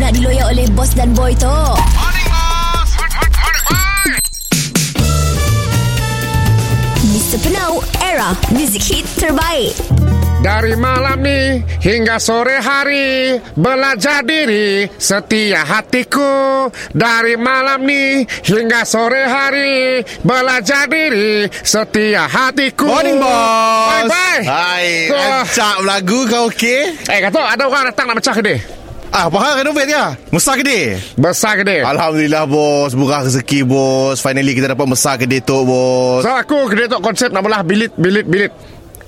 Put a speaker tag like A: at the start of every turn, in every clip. A: nak diloyak oleh bos dan boy tu. Mr. Penau, era music hit terbaik.
B: Dari malam ni hingga sore hari Belajar diri setia hatiku Dari malam ni hingga sore hari Belajar diri setia hatiku
C: Morning, boss. Ha.
B: Bye-bye
C: Hai,
B: So,
C: rancak lagu kau okey?
B: Eh kata ada orang datang nak pecah kedai
C: Ah, faham renovate ke? Mesra kedai.
B: Besar kedai
C: Alhamdulillah bos, murah rezeki bos. Finally kita dapat mesra kedai tok bos.
B: So aku kedai tu konsep nak belah bilit bilit bilit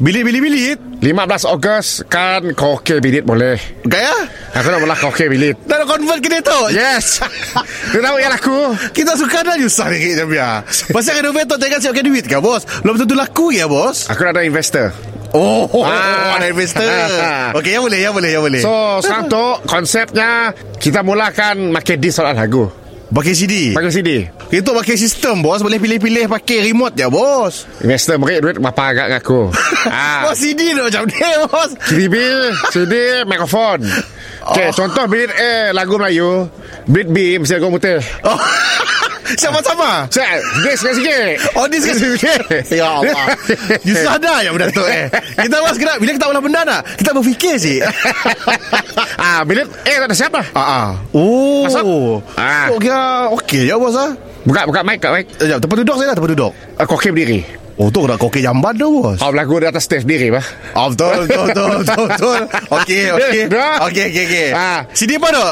C: Bilik-bilik-bilik.
B: 15 Ogos kan karaoke bilit boleh
C: Gaya?
B: Aku nak belah karaoke bilit
C: Dah nak convert kedai tok.
B: Yes Dia tahu yang laku
C: Kita suka dah Yusah ringgit je biar Pasal renovate tu Tengah siapkan duit ke bos Belum tentu laku ya bos
B: Aku nak ada investor
C: Oh, oh, oh
B: Ah.
C: Ada investor
B: Ah.
C: Okey ya boleh Ya boleh ya boleh
B: So sekarang tu konsepnya kita mulakan pakai di soalan lagu.
C: Pakai CD
B: Pakai CD.
C: Itu pakai sistem bos Boleh pilih-pilih Pakai remote ya bos
B: Investor beri duit berapa agak dengan aku.
C: ah.
B: ah.
C: Bos CD tu macam ni bos
B: CD, CD, mikrofon. Okay,
C: Oh.
B: contoh beat A lagu Melayu, beat B mesti lagu putih.
C: oh. Sama-sama
B: Cek, dia sikit-sikit.
C: Oh ni sekarang Ya Allah You sadar yang benda tu eh Kita bos kena Bila kita olah benda nak Kita berfikir sih
B: ah, bilik A tak ada siapa.
C: Ah, ah. Oh
B: Masuk. Ah.
C: ah. Oh, kira Okey ya bos ah.
B: Buka buka mic, buka mic.
C: Eh, Sekejap, tempat duduk saya lah, tempat duduk.
B: Ah, Koki berdiri.
C: Oh, tu nak kokek jamban tu, bos.
B: Oh, lagu di atas stage berdiri, bah.
C: Ah, betul, betul, betul, betul, betul. Okey, okey.
B: Dah.
C: Okey, okey, okey.
B: Ah.
C: Eh, Sini apa tu?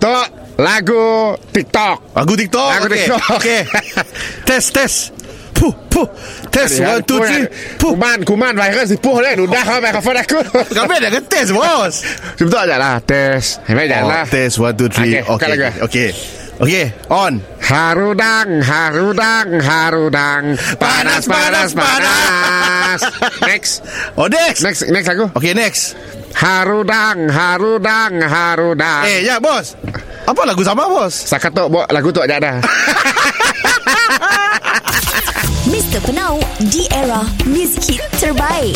B: Tok, lagu TikTok.
C: Aku TikTok.
B: Aku
C: okey.
B: TikTok.
C: Okey. test, test. Puh, puh. Test, one, two, three. Puh.
B: Kuman, kuman virus dipuh kan. Udah lah mikrofon aku.
C: Kami ada ke test, bos?
B: Sebentar je lah. Tes. Hebat je lah.
C: Oh, test, one, two,
B: Okey,
C: three.
B: buka
C: Okey,
B: lagu. lah.
C: okey. Okey, on.
B: Harudang, harudang, harudang. Panas, panas,
C: Panas, panas,
B: panas. Next.
C: Oh, next.
B: Next, next aku.
C: Okey, next.
B: Harudang, harudang, harudang. Eh.
C: Eh, ya, bos. Apa lagu sama, bos?
B: Sakat tu buat lagu tu aja dah.
A: Mr. Penau, di era music hit terbaik.